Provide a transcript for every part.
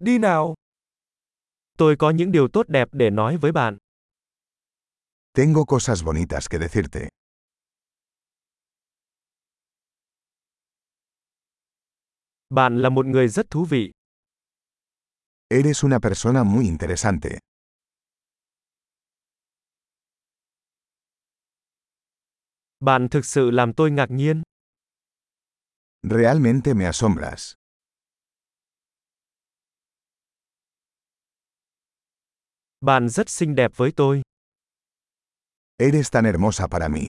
Đi nào. Tôi có những điều tốt đẹp để nói với bạn. Tengo cosas bonitas que decirte. Bạn là một người rất thú vị. Eres una persona muy interesante. Bạn thực sự làm tôi ngạc nhiên. Realmente me asombras. Bạn rất xinh đẹp với tôi. Eres tan hermosa para mí.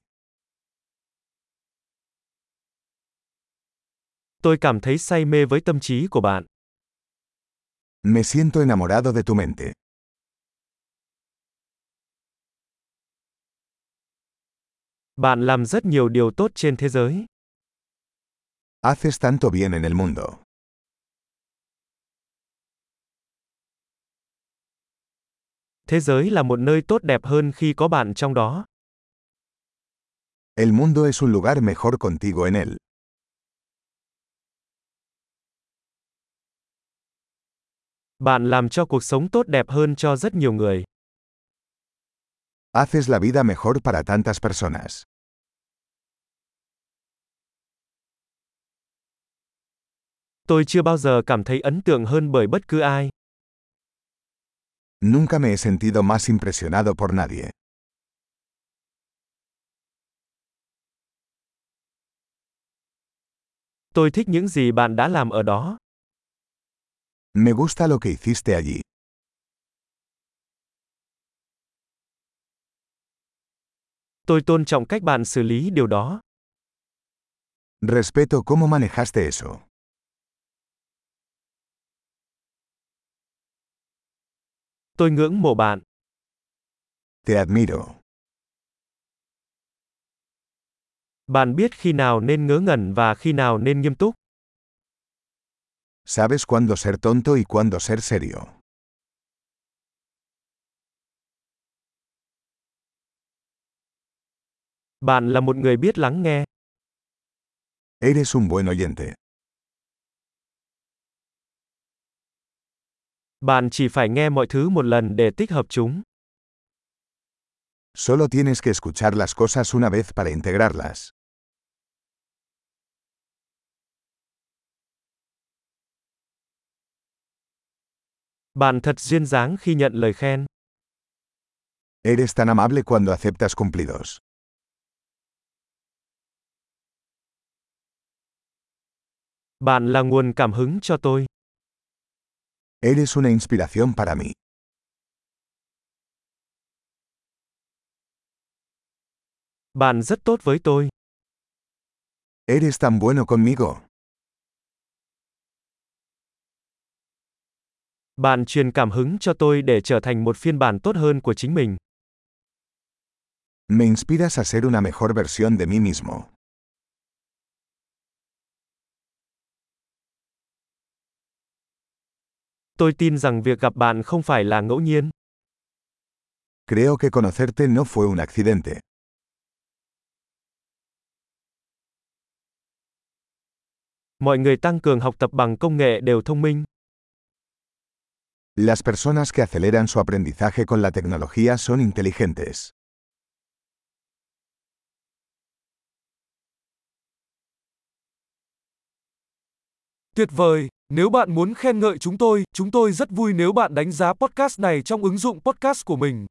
Tôi cảm thấy say mê với tâm trí của bạn. Me siento enamorado de tu mente. Bạn làm rất nhiều điều tốt trên thế giới. Haces tanto bien en el mundo. Thế giới là một nơi tốt đẹp hơn khi có bạn trong đó. El mundo es un lugar mejor contigo en él. Bạn làm cho cuộc sống tốt đẹp hơn cho rất nhiều người. Haces la vida mejor para tantas personas. Tôi chưa bao giờ cảm thấy ấn tượng hơn bởi bất cứ ai. Nunca me he sentido más impresionado por nadie. Tôi thích những gì bạn đã làm ở đó. Me gusta lo que hiciste allí. Tôi tôn trọng cách bạn xử lý điều đó. Respeto cómo manejaste eso. Tôi ngưỡng mộ bạn. Te admiro. Bạn biết khi nào nên ngớ ngẩn và khi nào nên nghiêm túc. Sabes cuándo ser tonto y cuándo ser serio. Bạn là một người biết lắng nghe. Eres un buen oyente. Bạn chỉ phải nghe mọi thứ một lần để tích hợp chúng. Solo tienes que escuchar las cosas una vez para integrarlas. Bạn thật duyên dáng khi nhận lời khen. Eres tan amable cuando aceptas cumplidos. Bạn là nguồn cảm hứng cho tôi. Eres una inspiración para mí. Bạn rất tốt với tôi. Eres tan bueno conmigo. Bạn truyền cảm hứng cho tôi để trở thành một phiên bản tốt hơn của chính mình. Me inspiras a ser una mejor versión de mí mismo. Tôi tin rằng việc gặp bạn không phải là ngẫu nhiên. Creo que conocerte no fue un accidente. Mọi người tăng cường học tập bằng công nghệ đều thông minh. Las personas que aceleran su aprendizaje con la tecnología son inteligentes. Tuyệt vời! Nếu bạn muốn khen ngợi chúng tôi, chúng tôi rất vui nếu bạn đánh giá podcast này trong ứng dụng podcast của mình.